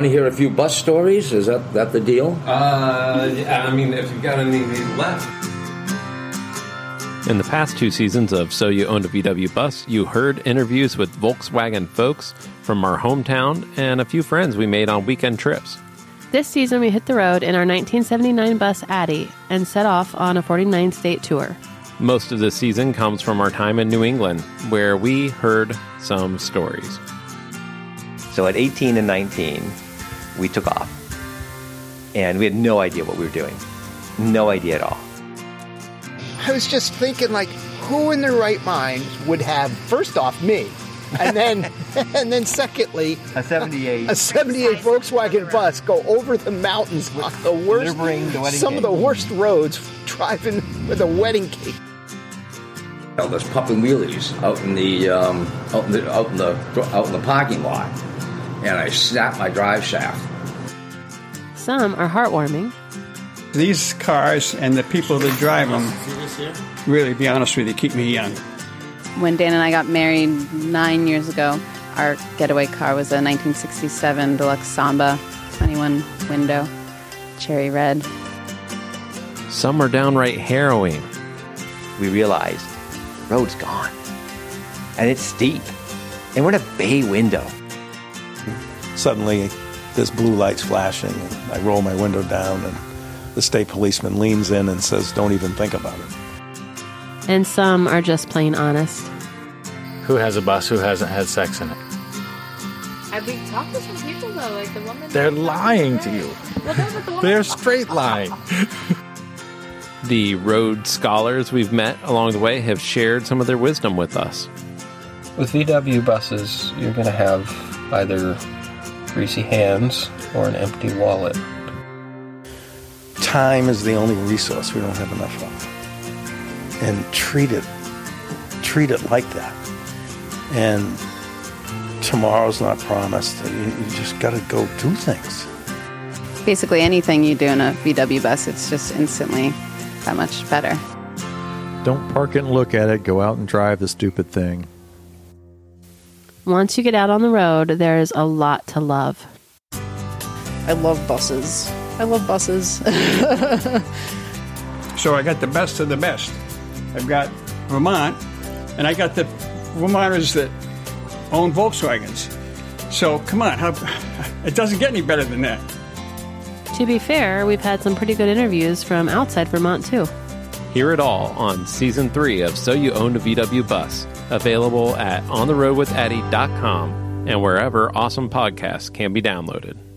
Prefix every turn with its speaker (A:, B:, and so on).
A: Want to hear a few bus stories? Is that, that the deal?
B: Uh, yeah, I mean, if you've got any left.
C: In the past two seasons of So You Owned a VW Bus, you heard interviews with Volkswagen folks from our hometown and a few friends we made on weekend trips.
D: This season, we hit the road in our 1979 bus Addy and set off on a 49 state tour.
C: Most of this season comes from our time in New England, where we heard some stories.
E: So at 18 and 19, we took off. And we had no idea what we were doing. No idea at all.
F: I was just thinking, like, who in their right mind would have first off me, and then and then secondly
E: A 78.
F: a '78 Volkswagen bus go over the mountains on the worst,
E: Delivering the wedding
F: some of
E: cake.
F: the worst roads, driving with a wedding cake.
A: Well, there's puffing wheelies out in the um, out in the out in the out in the parking lot, and I snapped my drive shaft.
D: Some are heartwarming,
G: These cars and the people that drive them really, be honest with you, keep me young.
H: When Dan and I got married nine years ago, our getaway car was a 1967 Deluxe Samba 21 window, cherry red.
C: Some are downright harrowing.
E: We realized the road's gone. And it's steep. And we're in a bay window.
I: Suddenly, this blue light's flashing, and I roll my window down, and the state policeman leans in and says, Don't even think about it.
D: and some are just plain honest.
J: Who has a bus who hasn't had sex in it?
H: I've been talking to some people though, like the woman.
J: They're lying to you.
H: Well,
J: They're straight lying.
C: The road scholars we've met along the way have shared some of their wisdom with us.
B: With VW buses, you're going to have either greasy hands or an empty wallet.
I: Time is the only resource we don't have enough of. And treat it, treat it like that. And tomorrow's not promised. You, you just got to go do things.
H: Basically, anything you do in a VW bus, it's just instantly that much better.
K: Don't park it and look at it. Go out and drive the stupid thing.
D: Once you get out on the road, there's a lot to love.
H: I love buses. I love buses.
G: So I got the best of the best. I've got Vermont, and I got the Vermonters that own Volkswagens. So come on, how, it doesn't get any better than that.
D: To be fair, we've had some pretty good interviews from outside Vermont, too.
C: Hear it all on season three of So You Owned a VW Bus, available at ontheroadwithaddy.com and wherever awesome podcasts can be downloaded.